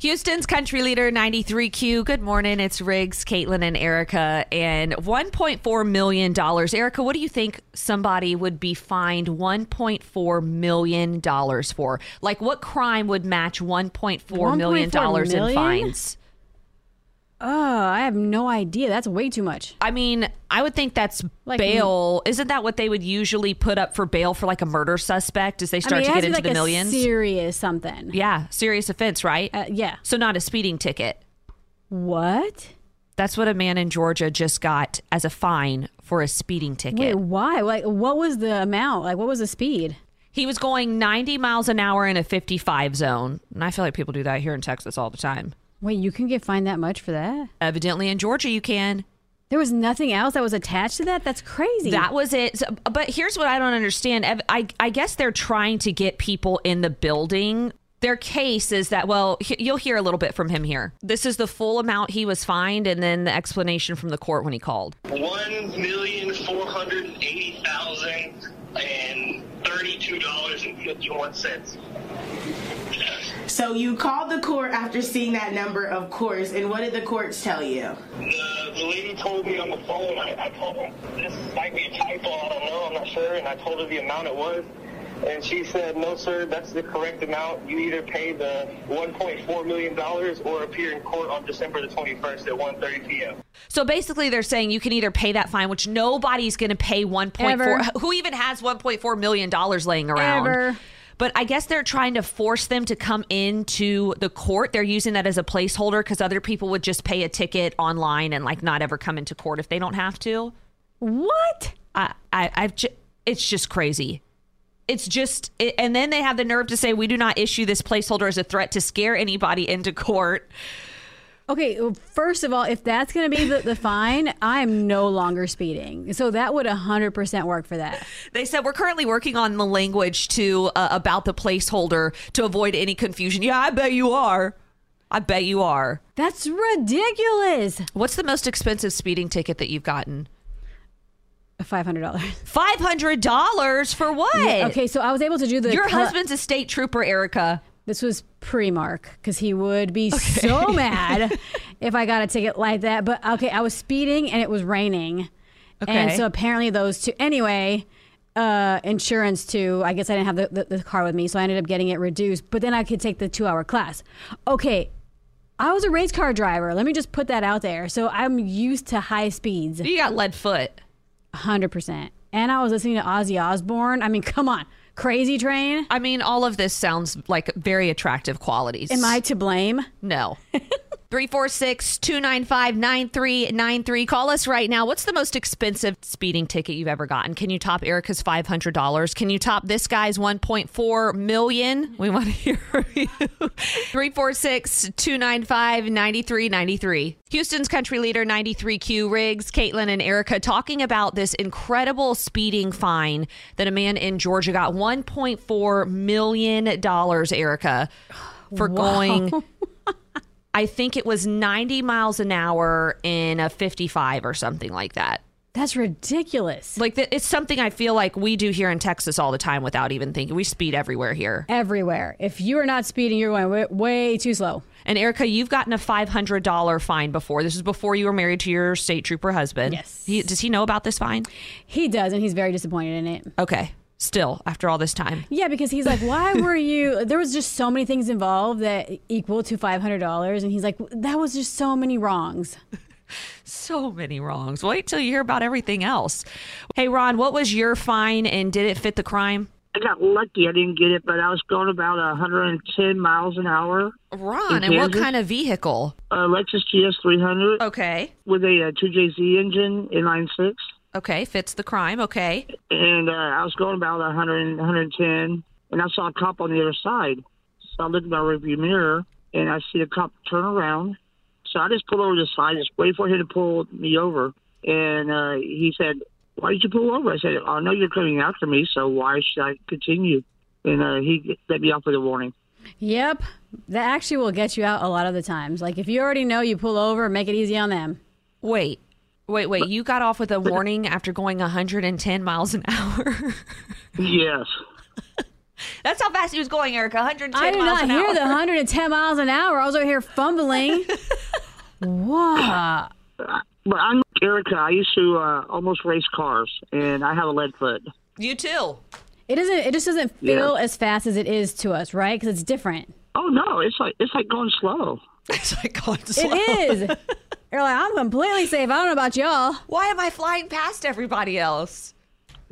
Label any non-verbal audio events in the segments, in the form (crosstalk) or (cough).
Houston's country leader 93Q. Good morning. It's Riggs, Caitlin, and Erica. And $1.4 million. Erica, what do you think somebody would be fined $1.4 million for? Like, what crime would match $1.4 million $1.4 million? in fines? Oh, I have no idea. That's way too much. I mean, I would think that's Like- bail. Isn't that what they would usually put up for bail for like a murder suspect as they I start mean, it to has get be into like the a millions? serious something. yeah, serious offense, right? Uh, yeah. so, not a speeding ticket. What? That's what a man in Georgia just got as a fine for a speeding ticket. Wait, why? Like, what was the amount? Like, what was the speed? He was going 90 miles an hour in a 55 zone. And I feel like people do that here in Texas all the time. Wait, you can get fined that much for that? Evidently in Georgia, you can. There was nothing else that was attached to that. That's crazy. That was it. So- but here's what I don't understand. Ev- I, I guess they're trying to get people in the building. Their case is that, well, he- you'll hear a little bit from him here. This is the full amount he was fined, and then the explanation from the court when he called. one million four hundred and eighty thousand and thirty-two dollars and fifty-one cents. So you called the court after seeing that number, of course, and what did the courts tell you? The, Uh, the lady told me on the phone. I, I told her this might be a typo. I don't know. I'm not sure. And I told her the amount it was, and she said, "No, sir, that's the correct amount. You either pay the 1.4 million dollars or appear in court on December the 21st at 1:30 p.m." So basically, they're saying you can either pay that fine, which nobody's going to pay one point four. Ever. Who even has one point four million dollars laying around? Ever. But I guess they're trying to force them to come into the court. They're using that as a placeholder because other people would just pay a ticket online and like not ever come into court if they don't have to. what? I, I I've ju- it's just crazy. It's just, it, and then they have the nerve to say we do not issue this placeholder as a threat to scare anybody into court. Okay, well, first of all, if that's going to be the, the fine, I'm no longer speeding. So that would 100% work for that. They said we're currently working on the language to uh, about the placeholder to avoid any confusion. Yeah, I bet you are. I bet you are. That's ridiculous. What's the most expensive speeding ticket that you've gotten? $500. Five hundred dollars for what? Okay, so I was able to do the. Your cl- husband's a state trooper, Erica. This was pre Mark because he would be (laughs) so mad if I got a ticket like that. But okay, I was speeding and it was raining. And Okay. so apparently those two, anyway, uh, insurance too. I guess I didn't have the, the, the car with me, so I ended up getting it reduced. But then I could take the two hour class. Okay, I was a race car driver. Let me just put that out there. So I'm used to high speeds, You got lead foot. 100%. And I was listening to Ozzy Osbourne. I mean, (laughs) come on, crazy train. I mean, all of this sounds like very attractive qualities. Am I to blame? No. 346 295 9393. Call us right now. What's the most expensive speeding ticket you've ever gotten? Can you top Erica's $500? Can you top this guy's $1.4 million? We want to hear from you. 346 295 9393. Houston's country leader, 93Q Riggs, Caitlin, and Erica talking about this incredible speeding fine that a man in Georgia got $1.4 million, Erica, for going. I think it was 90 miles an hour in a 55 or something like that. (laughs) That's ridiculous. Like th- it's something I feel like we do here in Texas all the time without even thinking. We speed everywhere here. everywhere. If you are not speeding, you're going way, way too slow. And Erica, you've gotten a $500 fine before. This is before you were married to your state trooper husband. Yes. He, does he know about this fine? He does, and he's very disappointed in it. Okay. Still, after all this time. Yeah, because he's like, (laughs) why were you? There was just so many things involved that equal to five hundred dollars, and he's like, that was just so many wrongs. So many wrongs. Wait till you hear about everything else. Hey, Ron, what was your fine and did it fit the crime? I got lucky. I didn't get it, but I was going about 110 miles an hour. Ron, and what Kansas? kind of vehicle? Uh, A Lexus GS 300. Okay. with a uh, 2JZ engine, inline six, Okay. Fits the crime. Okay. and uh, I was going about 100, 110, and I saw a cop on the other side. So I looked in my rearview mirror, and I see the cop turn around. So I just pulled over to the side, just waited for him to pull me over. And uh, he said, Why did you pull over? I said, I know you're coming after me, so why should I continue? And uh, he let me off with a warning. Yep. That actually will get you out a lot of the times. Like if you already know, you pull over, make it easy on them. Wait, wait, wait. You got off with a warning after going 110 miles an hour. (laughs) Yes. That's how fast he was going, Erica. 110 I did miles not an hear hour. the 110 miles an hour. I was over here (laughs) fumbling. Ah. what? But I'm Erica. I used to uh, almost race cars, and I have a lead foot. You too. It isn't. It just doesn't feel as fast as it is to us, right? Because it's different. Oh no, it's like it's like going slow. (laughs) It's like going slow. It is. You're (laughs) like, I'm completely safe. I don't know about y'all. Why am I flying past everybody else?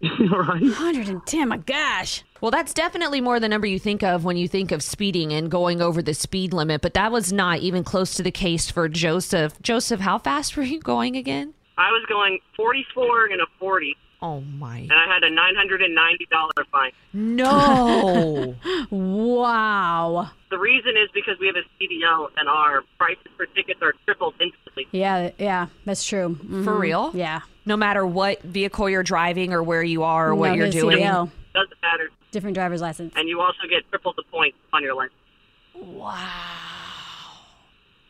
right? 110. My gosh. Well, that's definitely more the number you think of when you think of speeding and going over the speed limit, but that was not even close to the case for Joseph. Joseph, how fast (laughs) were you going again? I was going 44 and a 40, Oh my. and I had a $990 fine. No. (laughs) Wow. The reason is because we have a CDL, and our prices for tickets are tripled instantly. Yeah. Yeah. That's true. Mm, for real? Yeah. No matter what vehicle you're driving or where you are or what No, you're the doing. CDL. Doesn't matter. Different driver's license. And you also get triple the points on your license.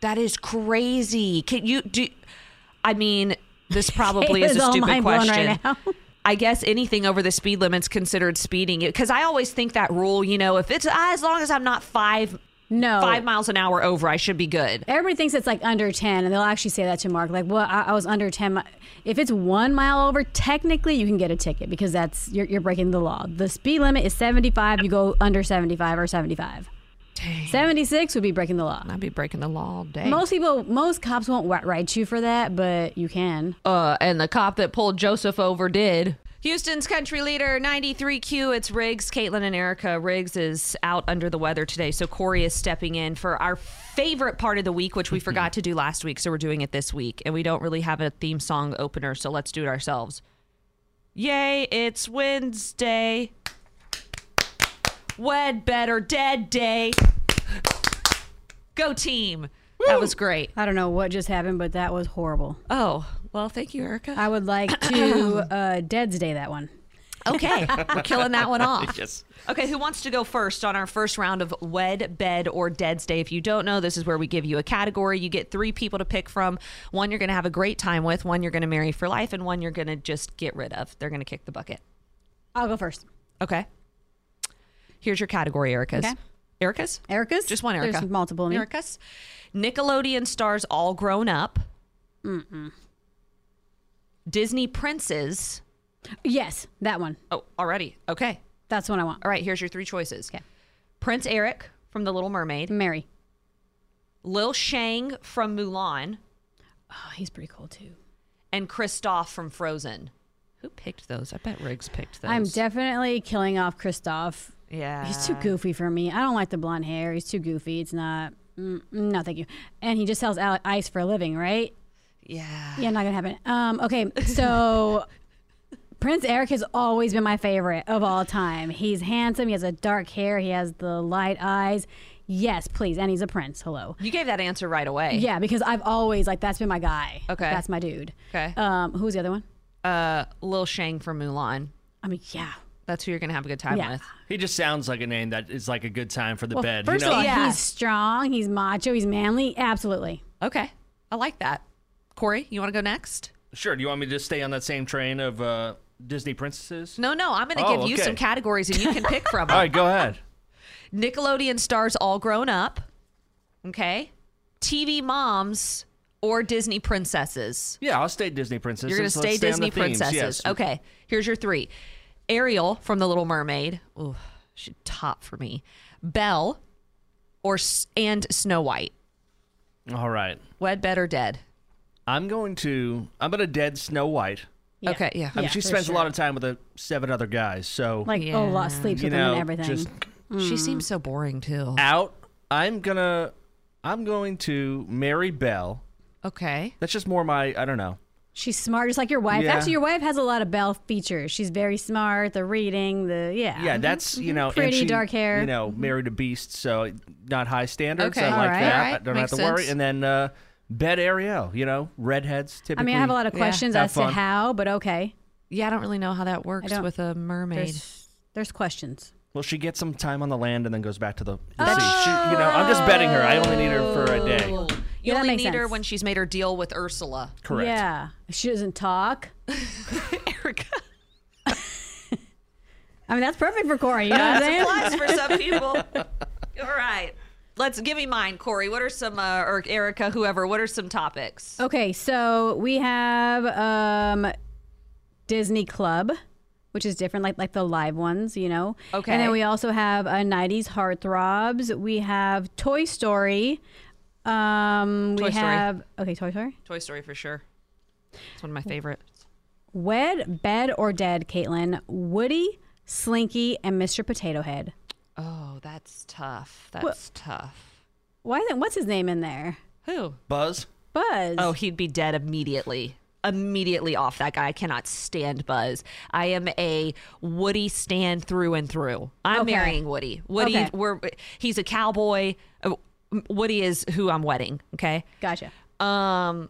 That is crazy. Can you do I mean, this (laughs) probably It is a was all stupid mind blown question. right now. (laughs) I guess anything over the speed limit's considered speeding because I always think that rule, you know, if it's ah, as long as I'm not 5 No. 5 miles an hour over, I should be good. Everybody thinks it's like under 10, and they'll actually say that to Mark. Like, well, I, I was under 10. mi- If it's one mile over, technically you can get a ticket because that's you're, you're breaking the law. The speed limit is 75. You go under 75 or 75. 76 would be breaking the law. I'd be breaking the law all day. Most people, most cops won't ri- write you for that, but you can. uh, and the cop that pulled Joseph over did. Houston's country leader, 93Q. It's Riggs, Caitlin, and Erica. Riggs is out under the weather today, so Corey is stepping in for our favorite part of the week, which we Mm-hmm. forgot to do last week, so we're doing it this week. And we don't really have a theme song opener, so let's do it ourselves. Yay, it's Wednesday. Wed better dead day. Go team. That was great. I don't know what just happened, but that was horrible. Oh, well, thank you, Erica. I would (coughs) like to uh, Dead's Day that one. Okay, we're killing that one off. Yes. Okay, who wants to go first on our first round of Wed, Bed, or Dead's Day? If you don't know, this is where we give you a category. You get three people to pick from. One you're going to have a great time with, one you're going to marry for life, and one you're going to just get rid of. They're going to kick the bucket. I'll go first. Okay. Here's your category, Erica's. Okay. Erica's? Erica's? Just one Erica. There's multiple. of me. Erica's. Nickelodeon stars all grown up. Disney princes. Yes, that one. Oh, already. Okay. That's the one I want. All right, here's your three choices. Okay. Prince Eric from The Little Mermaid, Mary. Lil Shang from Mulan, Oh, he's pretty cool too. and Kristoff from Frozen. Who picked those? I bet Riggs picked those. I'm definitely killing off Kristoff. Yeah. He's too goofy for me. I don't like the blonde hair. He's too goofy. It's not. Mm, no, thank you. And he just sells out ice for a living, (sighs) right? Yeah. Yeah, not gonna happen. Um, okay, (laughs) so Prince Eric has always been my favorite of all time. He's handsome. He has a dark hair. He has the light eyes. Yes, please. And he's a prince. Hello. You gave that answer right away. Yeah, because I've always like that's been my guy. Okay. that's my dude. Okay. Um, who's the other one? Uh, Lil Shang from Mulan. I mean, yeah. That's who you're gonna have a good time Yeah. with. He just sounds like a name that is like a good time for the Well, bed. first you know? of all, Yeah. he's strong. He's macho. He's manly. Absolutely. Okay. I like that. Corey, you want to go next? sure. Do you want me to just stay on that same train of uh, Disney princesses? No, no. I'm gonna Oh, give you okay. some categories and you can pick (laughs) from All them. right, go ahead. Nickelodeon stars all grown up. Okay. TV moms or Disney princesses. Yeah, I'll stay Disney princesses. You're going to Let's stay on Disney the themes, princesses. yes. Okay. Here's your three Ariel from The Little Mermaid. Ooh, she top for me. Belle or S- and Snow White. All right. Wed, bed, or dead. I'm going to. I'm going to dead Snow White. Okay. Yeah. I mean, she for spends sure. a lot of time with the seven other guys. So Like Yeah. oh, lot sleeps you with know, him and everything. just She seems so boring, too. out. I'm gonna. I'm going to marry Belle. Okay. That's just more my. I don't know. She's smart, just like your wife. Yeah. Actually, your wife has a lot of Belle features. She's very smart. The reading, the yeah, Mm-hmm. Yeah, that's you know and pretty she, dark hair. Mm-hmm. You know, married a beast, so not high standards. Okay. I All like right, that. all right. I don't Makes have to worry. sense. And then uh, Bet Ariel, you know, redheads typically. I mean, I have a lot of questions have as fun. to how, but okay. Yeah, I don't really know how that works with a mermaid. There's, there's questions. Well, she gets some time on the land and then goes back to the, the sea. She, you know, I'm just betting her. I only need her for a Oh. day. You Yeah, that only makes need her sense. when she's made her deal with Ursula. Correct. Yeah, she doesn't (laughs) talk. Erica. (laughs) I mean, that's perfect for Corey. You know what I'm saying? That's a plus (laughs) for some people. All right. Let's give me mine, Corey. What are some, uh, or Erica, whoever, what are some topics? Okay, so we have um, Disney Club, which is different, like like the live ones, you know. Okay. And then we also have uh, '90s heartthrobs. We have Toy Story. Um, Toy we Story. have okay, Toy Story. Toy Story for sure. It's one of my favorites. Wed, Bed or Dead, Caitlin, Woody, Slinky, and Mr. Potato Head. Oh, that's tough. That's tough. Why isn't what's his name in there? Who? Buzz. Buzz. Oh, he'd be dead immediately. Immediately off that guy. I cannot stand Buzz. I am a Woody stand through and through. I'm Okay. marrying Woody. Woody, Okay. we're he's a cowboy. Uh, Woody is who I'm wedding. Okay. Gotcha. Um.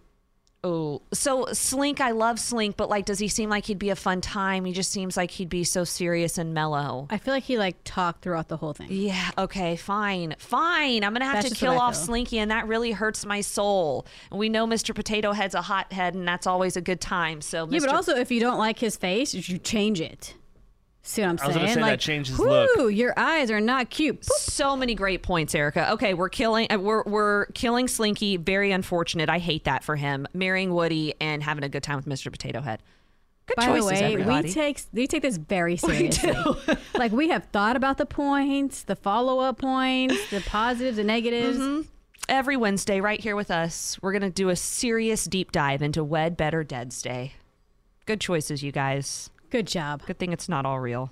Oh, so Slink, I love Slink, but like, does he seem like he'd be a fun time? He just seems like he'd be so serious and mellow. I feel like he like talked throughout the whole thing. Yeah. Okay. Fine. Fine. I'm gonna have That's to just what kill I off feel. Slinky, and that really hurts my soul. And we know Mr. Potato Head's a hothead, and that's always a good time. So Yeah, Mr. but also if you don't like his face, you change it. See what I'm I saying? was gonna say that like, changes whoo, look. your eyes are not cute. So many great points, Erica. Okay, we're killing uh, we're we're killing Slinky. Very unfortunate. I hate that for him. Marrying Woody and having a good time with Mr. Potato Head. Good By choices, the way, everybody. we take (laughs) we take this very seriously. like we have thought about the points, the follow up points, the positives and negatives. Mhm. Every Wednesday, right here with us, we're going to do a serious deep dive into Wed Better Dead's Day. Good choices, you guys. Good job. Good thing it's not (laughs) all real.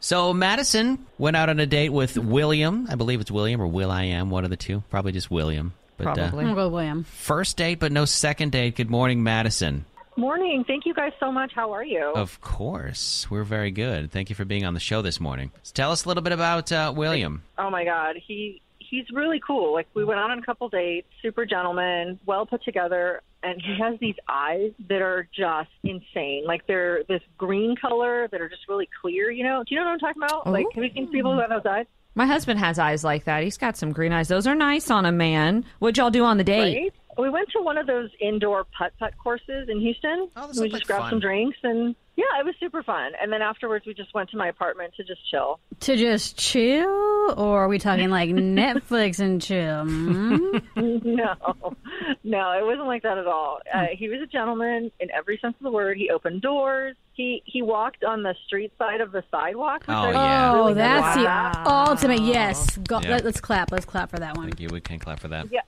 So Madison went out on a date with William. I believe it's William or Will I am, one of the two. Probably just William. But, I'm gonna Uh, go with William. first date, but no second date. Good morning, Madison. Morning. Thank you guys so much. How are you? Oh. Of course, we're very good. Thank you for being on the show this morning. So tell us a little bit about uh, William. Oh my God, he he's really cool. Like we went out on a couple dates, super gentleman, well put together, and he has these eyes that are just insane. Like they're this green color that are just really clear. You know? Do you know what I'm talking about? Like have you seen people who have those eyes? My husband has eyes like that. He's got some green eyes. Those are nice on a man. What'd y'all do on the date? Right? We went to one of those indoor putt putt courses in Houston. Oh, this we just looks like grabbed fun. some drinks and yeah, it was super fun. And then afterwards, we just went to my apartment to just chill. To just chill, or are we talking (laughs) like Netflix and chill? Mm? no, no, it wasn't like that at all. Hmm. Uh, he was a gentleman in every sense of the word. He opened doors. He he walked on the street side of the sidewalk. Which I Oh, was yeah. really Oh, that's glad. the ultimate. Yes, go, Yeah. let, us clap. Let's clap for that one. Thank you. We can clap for that. yeah,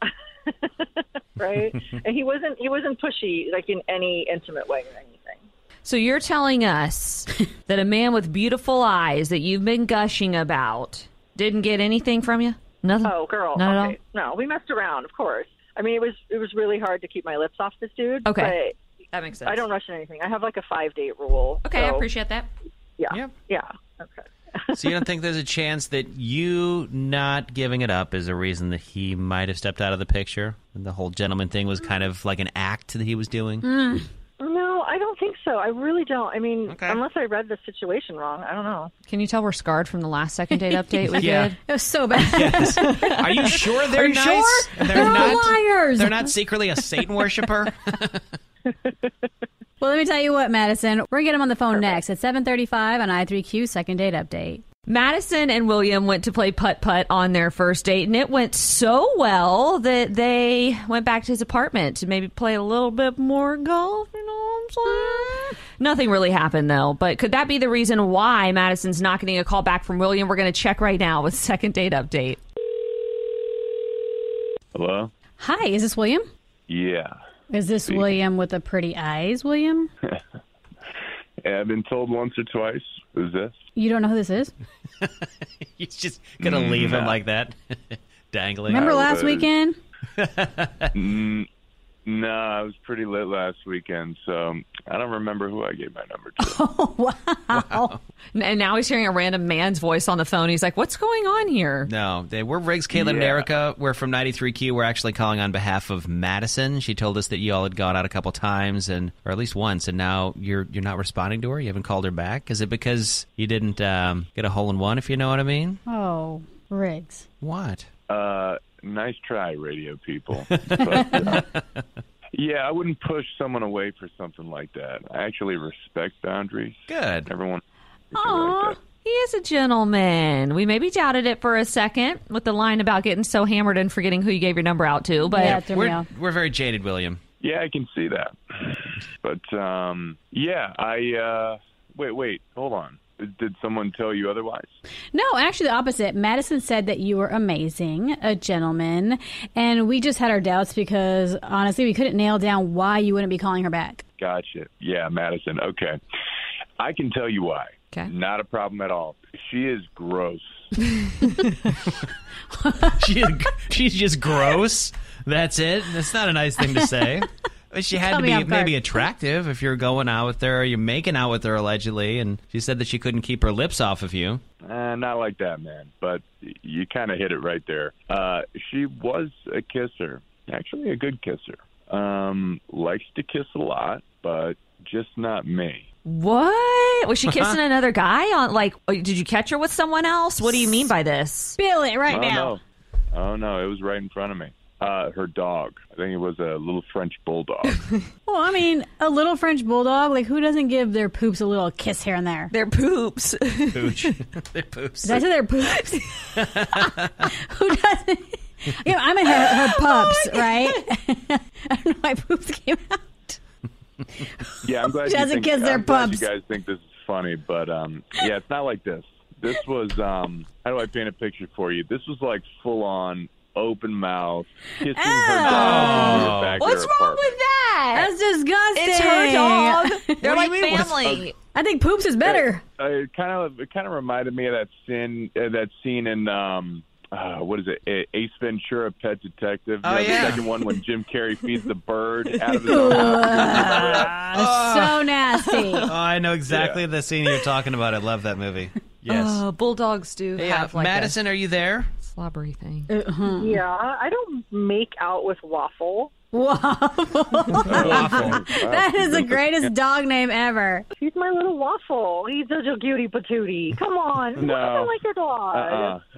right. and he wasn't he wasn't pushy like in any intimate way or anything. So you're (laughs) telling us that a man with beautiful eyes that you've been gushing about didn't get anything from you? Nothing. Oh, girl. Not at all. okay. No, we messed around, of course. I mean, it was it was really hard to keep my lips off this dude. Okay. but that makes I don't rush anything. I have like a five date rule. Okay, I so, appreciate that. Yeah, yeah, Okay. (laughs) so you don't think there's a chance that you not giving it up is a reason that he might have stepped out of the picture? And the whole gentleman thing was kind of like an act that he was doing. No, I don't think so. I really don't. I mean, unless I read the situation wrong, I don't know. Can you tell we're scarred from the last second (laughs) date update we Yeah. did? It was so bad. (laughs) (laughs) Are you sure they're Mm. Are you nice? sure? And They're liars. They're not secretly a (laughs) Satan worshiper. Well, let me tell you what, Madison. We're gonna get him on the phone next at 7:35 on I3Q second date update. Madison and William went to play putt putt on their first date, and it went so well that they went back to his apartment to maybe play a little bit more golf. You know what I'm saying? Nothing really happened though. But could that be the reason why Madison's not getting a call back from William? We're going to check right now with (laughs) second date update. Hello? Hi, is this William? Yeah. (laughs) Is this Speaking. William with the pretty eyes, William? Yeah, I've been told once or twice. (laughs) Who's this? You don't know who this is? You're just gonna Mm, leave him like that, (laughs) dangling. (laughs) Remember last weekend? Mm, No, I was pretty lit last weekend, so I don't remember who I gave my number to. And now he's hearing a random man's voice on the phone. He's like, "What's going on here?" No, they, we're Riggs, Caitlin, and Yeah. Erica. We're from 93Q. We're actually calling on behalf of Madison. She told us that y'all had gone out a couple times, and or at least once, and now you're you're not responding to her. You haven't called her back. Is it because you didn't um, get a hole in one? If you know what I mean. (laughs) Oh, Riggs. What? Uh, nice try, radio (laughs) people. But, uh, yeah, I wouldn't push someone away for something like that. I actually respect boundaries. Good. Everyone. Aw, he is a gentleman. We maybe doubted it for a second with the line about getting so hammered and forgetting who you gave your number out to. But we're, we're very jaded, William. Yeah, I can see that. But um, yeah, I uh, wait, wait, hold on. Did someone tell you otherwise? No, actually, the opposite. Madison said that you were amazing, a gentleman, and we just had our doubts because honestly, we couldn't nail down why you wouldn't be calling her back. Gotcha. Yeah, Madison. Okay. I can tell you why. Okay. Not a problem at all. She is gross. she is, she's just gross. That's it. That's not a nice thing to (laughs) say. But She had Caught to me be off guard. maybe attractive if you're going out with her, or you're making out with her allegedly, and she said that she couldn't keep her lips off of (laughs) you. Uh, not like that, man. But you kind of hit it right there. Uh, she was a kisser, actually a good kisser. Um, likes to kiss a lot, but just not me. what was she (laughs) kissing another guy? On like, oh, did you catch her with someone else? What do you mean by this? Spill it oh, No. Oh no, it was right in front of me. Uh, her dog. I think it was a little French (laughs) bulldog. Well, I mean, a little French bulldog, like who doesn't give their poops a little kiss here and there? Their poops. (laughs) Pooch. (laughs) Their poops. Did I say their poops? who doesn't? You know, I'm in her, her Oh pups, right? (laughs) I don't know why poops came out. Yeah, I'm glad. She you doesn't think- kiss their I'm glad pups. You guys think this is funny, but um, yeah, it's not like this. This was um, how do I paint a picture for you? This was like full on open mouth kissing her dog. when we were back at Oh. What's her wrong apartment. with that? That's disgusting. It's her (laughs) dog. They're What like do you mean? family. I think poops is better. Uh, it kind of it kind of reminded me of that scene uh, that scene in um uh, what is it A- Ace Ventura Pet Detective you Oh, know, yeah. the second one when Jim (laughs) Carrey feeds the bird out of his uh, (laughs) so nasty. Oh, I know exactly the scene you're talking about. I love that movie. Yes. Uh, Oh, bulldogs do Yeah, have like Madison, are you there? a slobbery thing. Uh, Yeah, I don't make out with waffle. Waffle. (laughs) That is the greatest dog name ever. He's my little waffle. He's such a cutie patootie. Come on, who No. doesn't like your dog?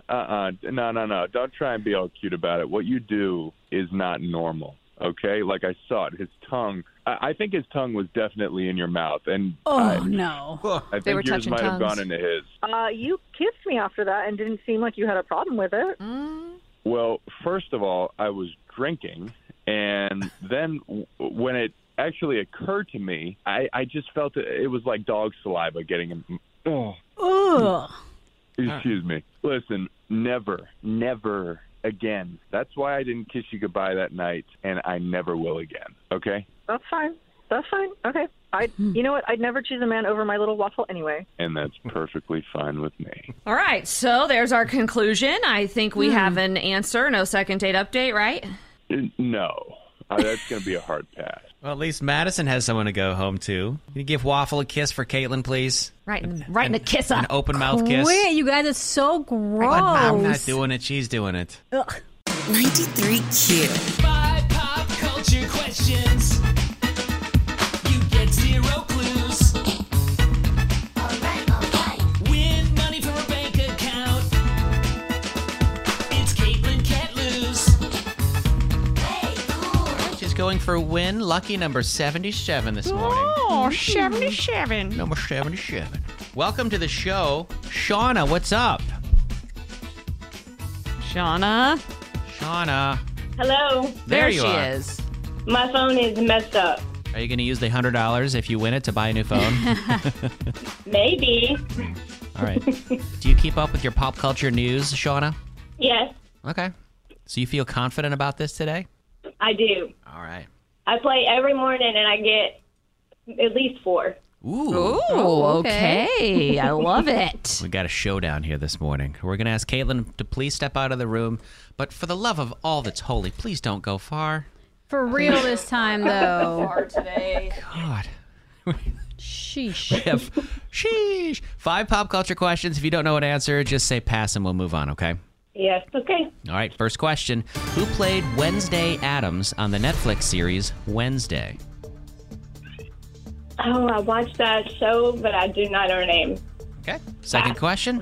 Uh uh-uh, uh no no no don't try and be all cute about it what you do is not normal okay like I saw it his tongue I, I think his tongue was definitely in your mouth and Oh, I, Oh, no! I think yours might have gone into his Uh, you kissed me after that and didn't seem like you had a problem with it. Mm. Well, first of all, I was drinking, and then w- when it actually occurred to me, I, I just felt it, it was like dog saliva getting in. Oh, Ugh. excuse me. Listen, never, never again. That's why I didn't kiss you goodbye that night, and I never will again. Okay? That's fine. That's fine. Okay. I, you know what? I'd never choose a man over my little waffle anyway. And that's perfectly fine with me. All right, so there's our conclusion. I think we Hmm. have an answer. No second date update, right? N- No, Uh, that's going to be a hard pass. Well, at least Madison has someone to go home to. Can you give Waffle a kiss for Caitlin, please? (laughs) Right, in, right in the kiss up. An open mouth kiss. Wait, you guys, it's so gross. I'm not doing it. She's doing it. Ugh. 93Q. Five pop culture questions. You get zero clues. Win money from a bank account. It's Caitlin can't lose. She's going for win lucky number 77 this morning. Mm-hmm. Oh, 77. Number 77. Welcome to the show. Shauna, what's up? Shauna. Shauna. Hello. There There you she are. is. My phone is messed up. Are you going to use the $100 if you win it to buy a new phone? Maybe. All right. Do you keep up with your pop culture news, Shauna? Yes, Okay. So you feel confident about this today? I do. All right. I play every morning and I get at least four. Ooh. Oh, okay. okay. I love it. We got a showdown here this morning. We're going to ask Caitlin to please step out of the room, but for the love of all that's holy, please don't go far. (laughs) For real this time, though. today. God. Sheesh. We have sheesh five pop culture questions. If you don't know an answer, just say pass and we'll move on. Okay. Yes, okay. All right. First question: Who played Wednesday Adams on the Netflix series Wednesday? Oh, I watched that show, but I do not know her name. Okay. Second question: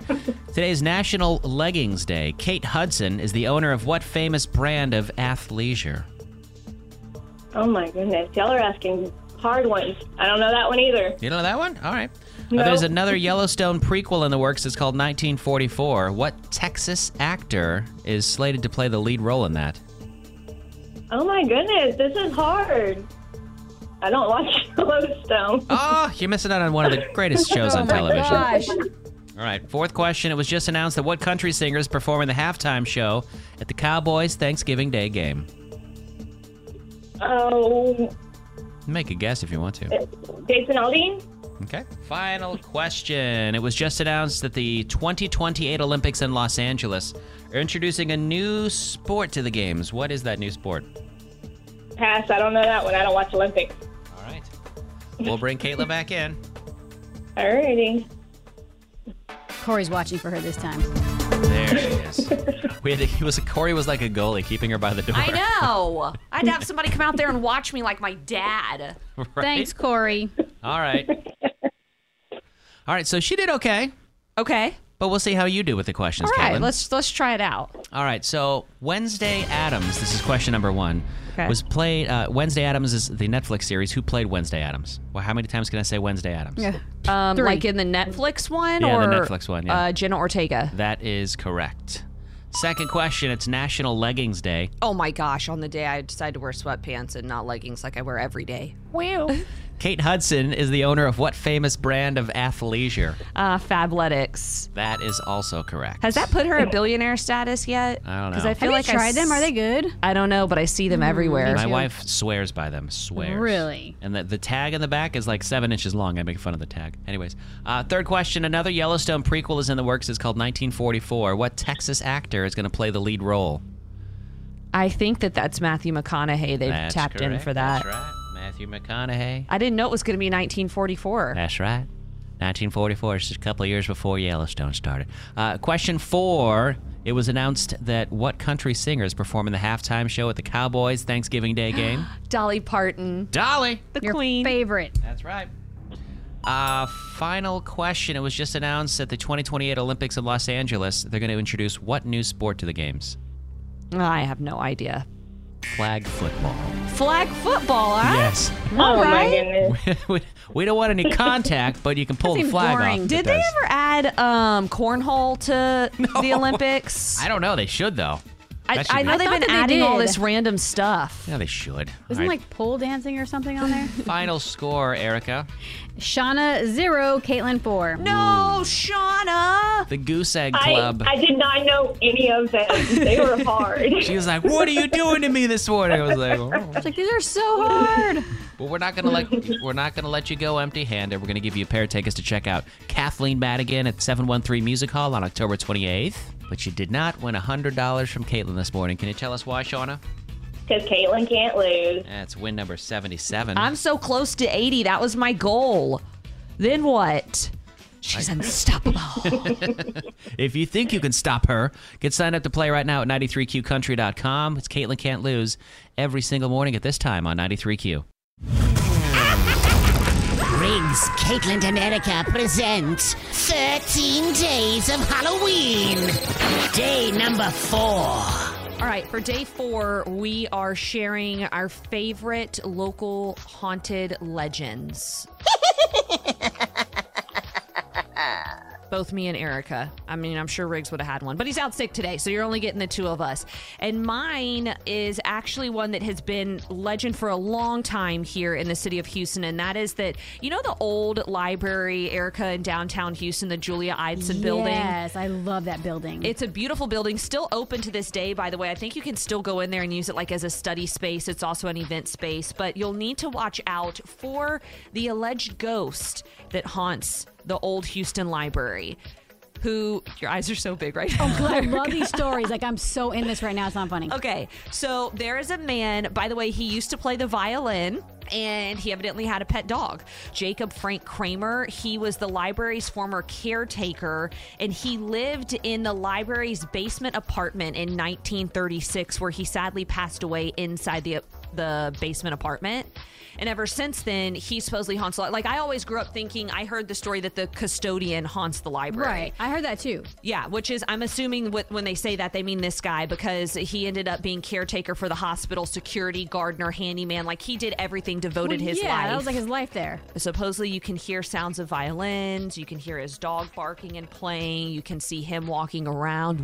Today's National Leggings Day. Kate Hudson is the owner of what famous brand of athleisure? Oh my goodness, y'all are asking hard ones. I don't know that one either. You know that one? All right. No. Uh, there's another Yellowstone prequel in the works. It's called 1944. What Texas actor is slated to play the lead role in that? Oh my goodness, this is hard. I don't watch (laughs) Yellowstone. Oh, you're missing out on one of the greatest shows on television. Gosh. All right, fourth question. It was just announced that what country singers performing the halftime show at the Cowboys Thanksgiving Day game? Oh, Make a guess if you want to. Jason Aldean? Okay. Final question. It was just announced that the 2028 Olympics in Los Angeles are introducing a new sport to the games. What is that new sport? Pass. I don't know that one. I don't watch Olympics. All right. We'll bring Caitlin back in. Alrighty. Corey's watching for her this time. There she is. We had to, he was Corey was like a goalie, keeping her by the door. I know. I'd have somebody come out there and watch me like my dad. (laughs) Right? Thanks, Corey. All (laughs) right. All right. So she did okay, Okay. but we'll see how you do with the questions, All right. Caitlin. Let's let's try it out. All right. So Wednesday Adams. This is question number one. Okay. Was played uh, Wednesday Adams is the Netflix series. Who played Wednesday Adams? Well, how many times can I say Wednesday Adams? Um, Three. like in the Netflix one Yeah, or the Netflix one, yeah. uh, Jenna Ortega. That is correct. Second question. It's National Leggings Day. Oh my gosh! On the day I decided to wear sweatpants and not leggings like I wear every day. Kate Hudson is the owner of what famous brand of athleisure? (laughs) Uh, Fabletics. That is also correct. Has that put her in billionaire status yet? I don't know. Because I feel Have you like I tried s- them? Are they good? Mm, I don't know, but I see them everywhere. My wife swears by them. Swears. Really? And the, the tag on the back is like seven inches long. I make fun of the tag. Anyways, uh, third question. Another Yellowstone prequel is in the works. It's called 1944. What Texas actor is going to play the lead role? I think that that's Matthew McConaughey. They've That's tapped in correct. for that. That's right. Matthew McConaughey. I didn't know it was going to be 1944. That's right. 1944, it's just a couple of years before Yellowstone started. Uh, question four. It was announced that what country singer is performing the halftime show at the Cowboys Thanksgiving Day (gasps) game? (gasps) Dolly Parton, Dolly! the Your queen. favorite. That's right. Uh, final question. It was just announced at the 2028 Olympics in Los Angeles, they're going to introduce what new sport to the games? I have no idea. Flag football. Flag football, huh? Yes. (laughs) oh my right. goodness. we, we don't want any contact, but you can pull That the seems flag boring. off. Did It they does. ever add um, (laughs) cornhole to the Olympics? I don't know. They should, though. I, That should I be- know I they've thought been that they adding all did. this random stuff. Yeah, they should. Isn't All right. like pole dancing or something on there? Final score, Erica. Shauna zero, Caitlin four. No, Shauna. The Goose Egg I, Club. I did not know Oh, any of them. They were hard. (laughs) she was like, "What are you doing to me this morning?" I was like, "Oh." It's like these are so hard. "Well, we're not (laughs) gonna let we're not gonna let you go empty-handed. We're gonna give you a pair of tickets to check out Kathleen Madigan at 713 Music Hall on October 28th." But you did not win hundred dollars from Caitlin this morning. Can you tell us why, Shauna? Because Caitlin can't lose. That's win number 77. I'm so close to 80. That was my goal. Then what? (laughs) She's unstoppable. If you think you can stop her, get signed up to play right now at 93qcountry.com. It's Caitlin Can't Lose every single morning at this time on 93q. Riggs, Caitlin, and Erica present 13 Days of Halloween. Day number four. All right, for day four, we are sharing our favorite local haunted legends. Both me and Erica. I mean, I'm sure Riggs would have had one, but he's out sick today, so you're only getting the two of us. And mine is actually one that has been legend for a long time here in the city of Houston, and that is that you know the old library, Erica, in downtown Houston, the Julia Eidson building. Yes, I love that building. It's a beautiful building, still open to this day, by the way. I think you can still go in there and use it like as a study space. It's also an event space, but you'll need to watch out for the alleged ghost that haunts the old Houston library. who your eyes are so big right now. I love these stories. Like I'm so in this right now. It's not funny. Okay, so there is a man. By the way, he used to play the violin. And he evidently had a pet dog. Jacob Frank Kramer, he was the library's former caretaker, and he lived in the library's basement apartment in 1936, where he sadly passed away inside the the basement apartment. And ever since then, he supposedly haunts the li- Like I always grew up thinking, I heard the story that the custodian haunts the library. Right. I heard that too. Yeah, which is I'm assuming wh- when they say that they mean this guy because he ended up being caretaker for the hospital, security, gardener, handyman. Like he did everything, devoted Well, his yeah, life. that was like his life there. Supposedly, you can hear sounds of violins. You can hear his dog barking and playing. You can see him walking around.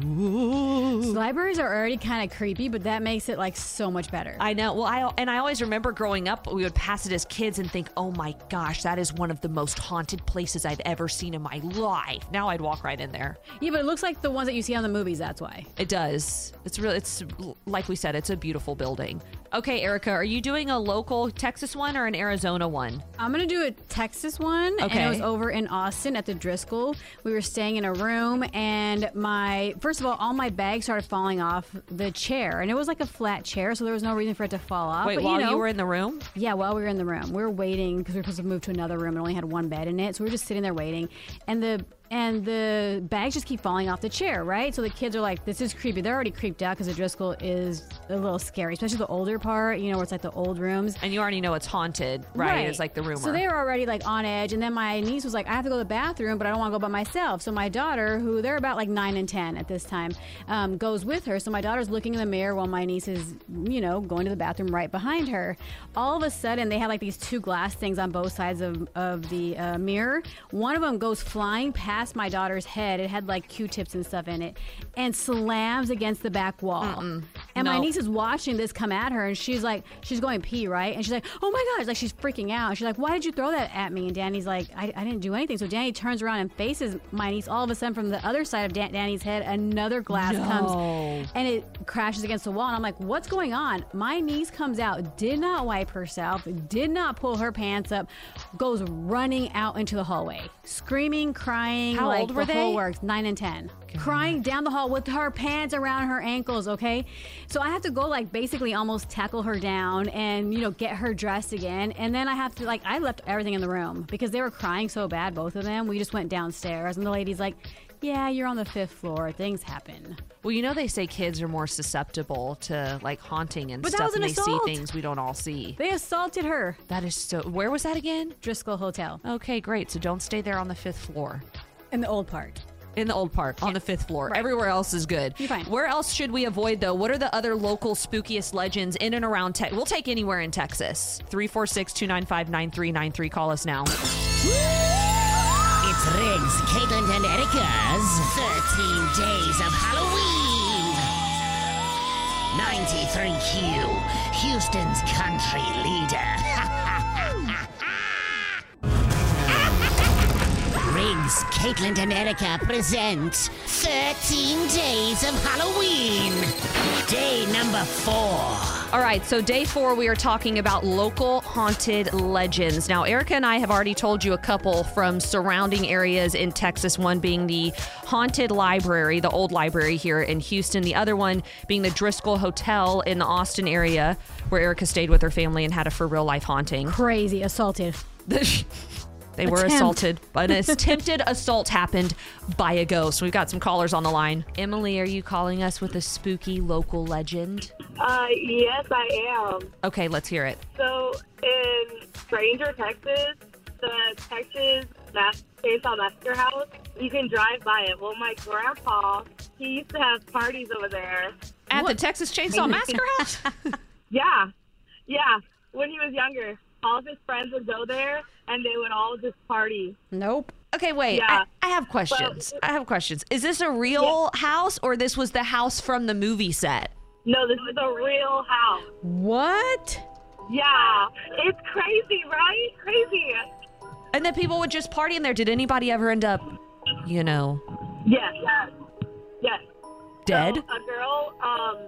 Libraries are already kind of creepy, but that makes it like so much better. I know. Well, I and I always remember growing up, we would pass it as kids and think, "Oh my gosh, that is one of the most haunted places I've ever seen in my life." Now I'd walk right in there. Yeah, but it looks like the ones that you see on the movies. That's why. It does. It's real. It's like we said. It's a beautiful building. Okay, Erica, are you doing a local Texas one or an Arizona one? I'm gonna do a Texas one, and Okay. it was over in Austin at the Driscoll. We were staying in a room, and my first of all, all my bags started falling off the chair, and it was like a flat chair, so there was no reason for it to fall off. Wait, but, while you, you, know, were in the room, Yeah, while we were in the room, we were waiting because we were supposed to move to another room and only had one bed in it. So we were just sitting there waiting, and the and the bags just keep falling off the chair, right? So the kids are like, "This is creepy." They're already creeped out because the Driscoll is a little scary, especially the older part. You know, where it's like the old rooms. and you already know it's haunted, right? It's like the rumor. So they were already like on edge, and then my niece was like, "I have to go to the bathroom, but I don't want to go by myself." So my daughter, who they're about like nine and ten at this time, um, goes with her. So my daughter's looking in the mirror while my niece is, you know, going to the bathroom right behind her. All of a sudden, they had like these two glass things on both sides of of the uh, mirror. One of them goes flying past my daughter's head. It had like Q-tips and stuff in it, and slams against the back wall. And my No. niece is watching this come at her, and she's like, she's going pee, right? And she's like, oh my gosh, like she's freaking out. And she's like, why did you throw that at me? And Danny's like, I, I didn't do anything. So Danny turns around and faces my niece. All of a sudden, from the other side of Dan- Danny's head, another glass No. comes and it crashes against the wall. And I'm like, what's going on? My niece comes out, did not wipe herself, did not pull her pants up, goes running out into the hallway, screaming, crying. How like, old were the whole they? works, nine and ten, crying down the hall with her pants around her ankles. Okay, so I have to go like basically almost tackle her down and you know get her dressed again, and then I have to like I left everything in the room because they were crying so bad, both of them. We just went downstairs, and the lady's like, "Yeah, you're on the fifth floor. Things happen." well, you know they say kids are more susceptible to like haunting and But that stuff. was an and they assault. see things we don't all see. They assaulted her. That is so. Where was that again? Driscoll Hotel. Okay, great. So don't stay there on the fifth floor. In the old part. In the old part, on the fifth floor. Everywhere else is good. You're fine. Where else should we avoid, though? What are the other local spookiest legends in and around Texas? We'll take anywhere in Texas. 346 295 9393. Call us now. It's Riggs, Caitlin, and Erica's 13 Days of Halloween. 93Q, Houston's country leader. Uh, Riggs, Caitlin, and Erica present 13 Days of Halloween. Day number four. All right, so day four, we are talking about local haunted legends. Now, Erica and I have already told you a couple from surrounding areas in Texas, one being the Haunted Library, the old library here in Houston, the other one being the Driscoll Hotel in the Austin area, where Erica stayed with her family and had a for real life haunting. Crazy assaulted. (laughs) They were Attempt. assaulted, (laughs) but an attempted assault happened by a ghost. We've got some callers on the line. Emily, are you calling us with a spooky local legend? Uh, yes, I am. Okay, let's hear it. So in Granger, Texas, the Texas Mass- Chainsaw Massacre House, you can drive by it. Well, my grandpa, he used to have parties over there. At the Texas (laughs) Chainsaw Massacre House? yeah, yeah. When he was younger, all of his friends would go there, and they would all just party. Nope. Okay, wait. Yeah. I, I have questions. I have questions. Is this a real house or this was the house from the movie set? No, this is a real house. What? Yeah, it's crazy, right? Crazy. And then people would just party in there. Did anybody ever end up, you know, Yes, yes, yes. dead? So a girl um,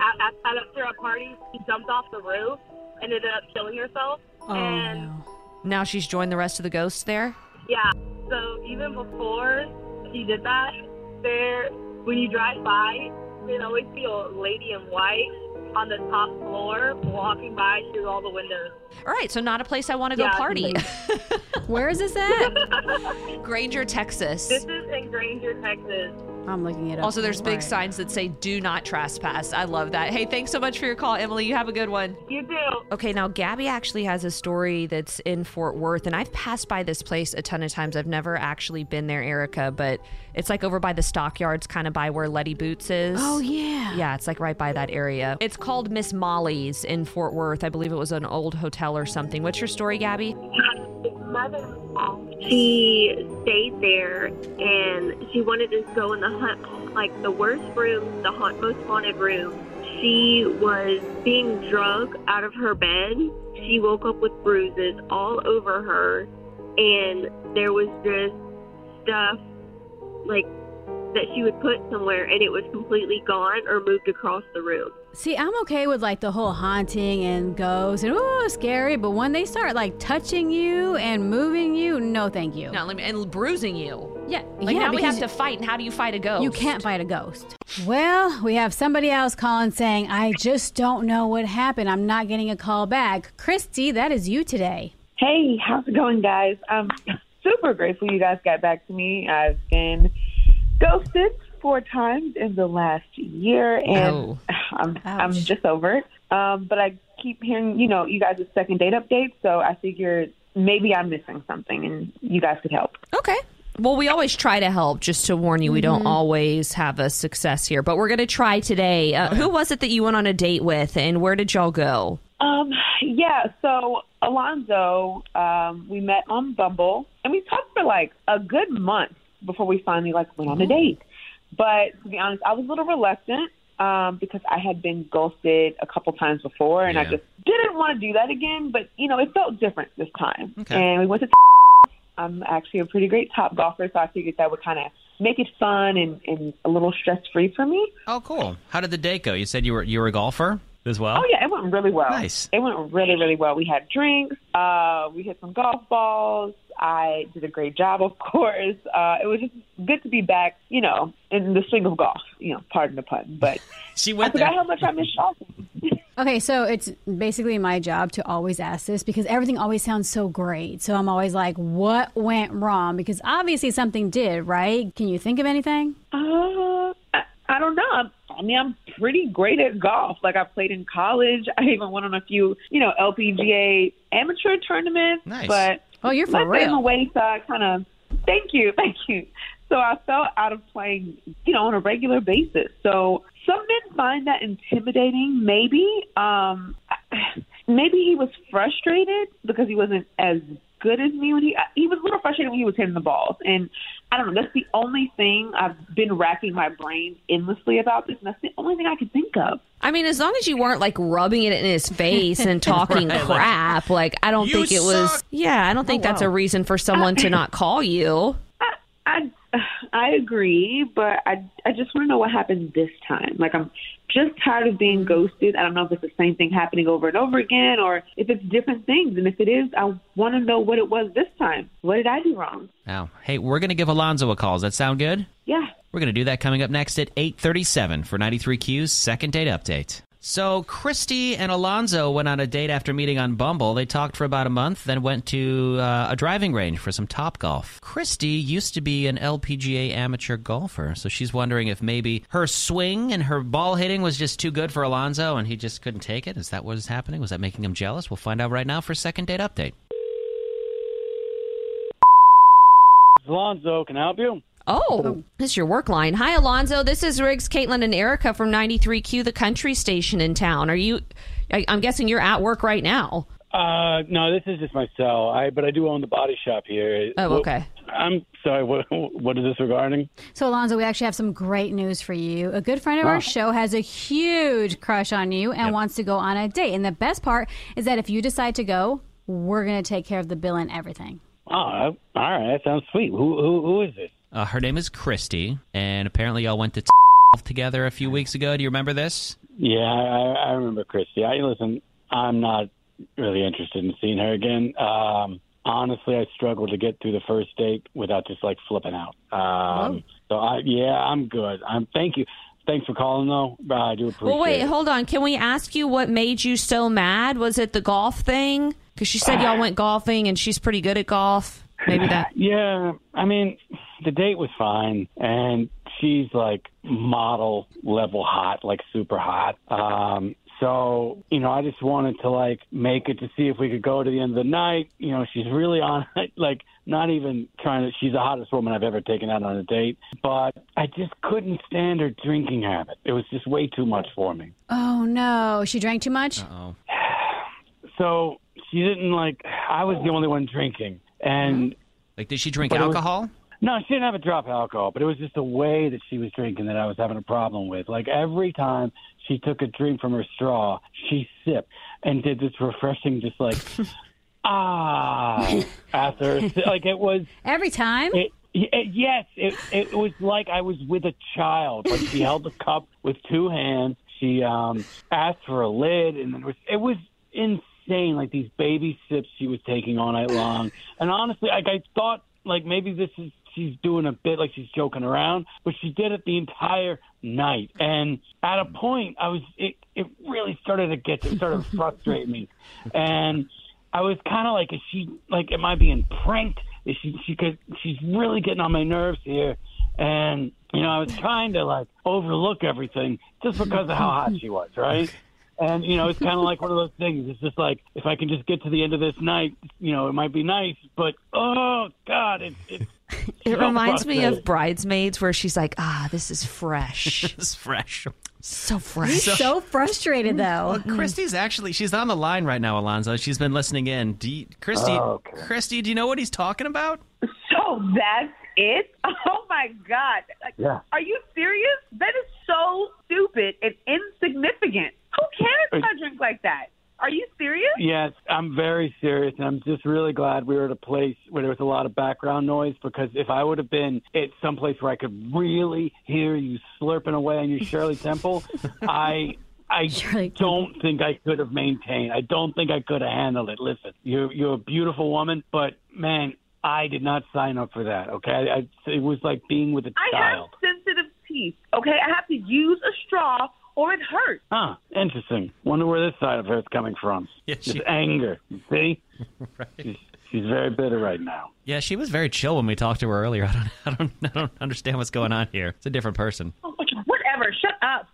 at, at, at after a party, she jumped off the roof and ended up killing herself. Oh, and Now she's joined the rest of the ghosts there? yeah, so even before she did that. There, when you drive by, there'd always be a lady in white on the top floor walking by through all the windows. All right, so not a place I want to go Yeah. party. (laughs) Where is this at? (laughs) Granger, Texas. This is in Granger, Texas. I'm looking it up. Also, there's big Right. signs that say "Do not trespass." I love that. Hey, thanks so much for your call, Emily. You have a good one. You do. Okay, now Gabby actually has a story that's in Fort Worth, and I've passed by this place a ton of times. I've never actually been there, Erica, but it's like over by the stockyards, kind of by where Letty Boots is. Oh, yeah. yeah, it's like right by that area. It's called Miss Molly's in Fort Worth. I believe it was an old hotel or something. What's your story, Gabby? mother-in-law, she stayed there and she wanted to go in the hunt, like the worst room, the haunt, most haunted room. She was being drug out of her bed. She woke up with bruises all over her, and there was just stuff like that she would put somewhere, and it was completely gone or moved across the room. See, I'm okay with like the whole haunting and ghosts and oh, scary, but when they start like touching you and moving you, no, thank you. No, let me, and bruising you. Yeah, Like yeah, now we because have to fight, and how do you fight a ghost? You can't fight a ghost. Well, we have somebody else calling saying, "I just don't know what happened. I'm not getting a call back." Christy, that is you today. Hey, how's it going, guys? I'm (laughs) super grateful you guys got back to me. I've been ghosted four times in the last year, and Oh. I'm I'm just over it. Um, but I keep hearing, you know, you guys' second date updates, so I figured maybe I'm missing something, and you guys could help. Okay. Well, we always try to help. Just to warn you, we don't Mhm. always have a success here, but we're going to try today. Uh, Who was it that you went on a date with, and where did y'all go? Um, yeah, so Alonzo, um, we met on Bumble and we talked for like a good month before we finally like went on a date. But to be honest, I was a little reluctant um, because I had been ghosted a couple times before and I Yeah. just didn't want to do that again. But, you know, it felt different this time. Okay. And we went to (laughs) I'm actually a pretty great top golfer, so I figured that would kind of make it fun and, and a little stress free for me. Oh, cool. How did the date go? You said you were you were a golfer as well. Oh yeah, it went really well. Nice. It went really, really well. We had drinks. Uh, we hit some golf balls. I did a great job, of course. Uh, it was just good to be back, you know, in the swing of golf. You know, pardon the pun, but (laughs) she went I forgot how much I missed golf. Okay, so it's basically my job to always ask this because everything always sounds so great. So I'm always like, what went wrong? Because obviously something did, right? Can you think of anything? Uh, I, I don't know. I'm, I mean, I'm pretty great at golf. Like I played in college. I even went on a few, you know, LPGA amateur tournaments. Nice. But Oh, you're for my real. my way, so I kind of thank you, (laughs) thank you. So I fell out of playing, you know, on a regular basis. So some men find that intimidating. Maybe, um, maybe he was frustrated because he wasn't as good as me when he he was a little frustrated when he was hitting the balls and I don't know that's the only thing I've been racking my brain endlessly about this and that's the only thing I could think of I mean, as long as you weren't like rubbing it in his (laughs) face and talking Right, like, crap, like, I don't "You think it was. suck." Yeah, I don't think Oh, that's a wow. reason for someone to not call you. I I agree, but I I just want to know what happened this time. Like I'm just tired of being ghosted. I don't know if it's the same thing happening over and over again, or if it's different things. And if it is, I want to know what it was this time. What did I do wrong? Now, hey, we're gonna give Alonzo a call. Does that sound good? Yeah. We're gonna do that coming up next at eight thirty-seven for ninety-three Q's second date update. So Christy and Alonzo went on a date after meeting on Bumble. They talked for about a month, then went to uh, a driving range for some top golf. Christy used to be an LPGA amateur golfer, so she's wondering if maybe her swing and her ball hitting was just too good for Alonzo, and he just couldn't take it. Is that what is happening? Was that making him jealous? We'll find out right now for second date update. Alonzo, can I help you? Oh, this is your work line. Hi, Alonzo. This is Riggs, Caitlin, and Erica from 93Q, the country station in town. Are you, I, I'm guessing you're at work right now. Uh, no, this is just my cell. I but I do own the body shop here. Oh, What- okay. I'm sorry. What what is this regarding? So, Alonzo, we actually have some great news for you. A good friend of our Oh. show has a huge crush on you and wants to go on a date. And the best part is that if you decide to go, we're going to take care of the bill and everything. Oh, all right. That sounds sweet. Who who who is this? Uh, her name is Christy, and apparently y'all went to together a few weeks ago. Do you remember this? Yeah, I, I remember Christy. I listen. I'm not really interested in seeing her again. Um, honestly, I struggled to get through the first date without just like flipping out. Um, so I, yeah, I'm good. I'm thank you. Thanks for calling though. I do appreciate. Well, wait, it. hold on. Can we ask you what made you so mad? Was it the golf thing? Because she said y'all went golfing and she's pretty good at golf. Maybe that. (laughs) Yeah, I mean, the date was fine, and she's like model level hot, like super hot. Um, so you know, I just wanted to like make it to see if we could go to the end of the night. You know, she's really on (laughs) it, like not even trying to. She's the hottest woman I've ever taken out on a date, but I just couldn't stand her drinking habit. It was just way too much for me. Oh no, she drank too (laughs) much. Oh. (sighs) So she didn't like. I was the only one drinking, and Like, did she drink But it was- alcohol? No, she didn't have a drop of alcohol, but it was just the way that she was drinking that I was having a problem with. Like every time she took a drink from her straw, she sipped and did this refreshing, just like (laughs) ah after like it was every time. It, it, yes, it it was like I was with a child. Like she held the cup with two hands. She um asked for a lid, and it was it was insane. Like these baby sips she was taking all night long. And honestly, like I thought, like maybe this is she's doing a bit, like she's joking around, but she did it the entire night. And at a point, I was it it really started to get to started to frustrate me, and. I was kind of like, is she like, am I being pranked? Is she she could she's really getting on my nerves here, and you know I was trying to like overlook everything just because of how hot she was, right? And you know it's kind of like one of those things. It's just like if I can just get to the end of this night, you know it might be nice, but oh god, it, it (laughs) It reminds me of frustrating. Bridesmaids, where she's like, "Ah, this is fresh. It's fresh. so fresh." Mm-hmm. He's so, frustrated though. Well, Christy's actually she's on the line right now, Alonzo. She's been listening in. Do you, Christy, Oh, Christy, do you know what he's talking about? So that's it? (laughs) Oh my God. Like, Yeah. Are you serious? That is so stupid and insignificant. Who cares if I drink like that? Are you serious? Yes, I'm very serious, and I'm just really glad we were at a place where there was a lot of background noise because if I would have been at some place where I could really hear you slurping away on your Shirley Temple, I I don't think I could have maintained. I don't think I could have handled it. Listen, you're you're a beautiful woman, but man, I did not sign up for that. Okay, I, I, it was like being with a I have child. sensitive teeth, okay? I have to use a straw or it hurts. Huh? Interesting. Wonder where this side of her is coming from. Yeah, Just she- anger. You see, she's, she's very bitter right now. Yeah, she was very chill when we talked to her earlier. (laughs) I don't, I don't, I don't understand what's going on here. It's a different person. Oh, Whatever. Shut up.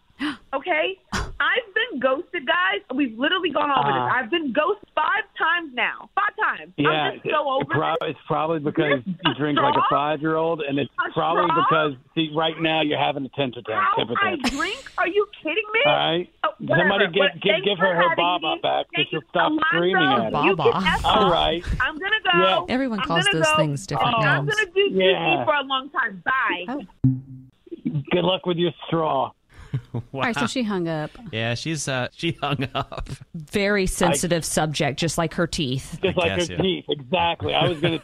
Okay? I've been ghosted, guys. We've literally gone over Uh. this. I've been ghosted five times now. Five times. Yeah, I'm just so it- over it prob- this. it's probably because you drink like a straw? five year old, and it's A probably straw? because see, right now you're having a temper tantrum. How temper I tantrum. drink? Are you kidding me? All right, Oh, whatever. somebody give But give, thanks give for her her having baba me. back so Thank she'll you, stop Alonzo. screaming at her. You can F All off. right. I'm gonna go. Yeah. Everyone I'm calls gonna those go. Uh, things different I'm names. Oh. gonna do TV Yeah. for a long time. Bye. Good luck with your (laughs) straw. All uh-huh. right, so she hung up. Yeah, she's uh, she hung up. Very sensitive subject, just like her teeth. Just like her teeth, exactly. I was gonna.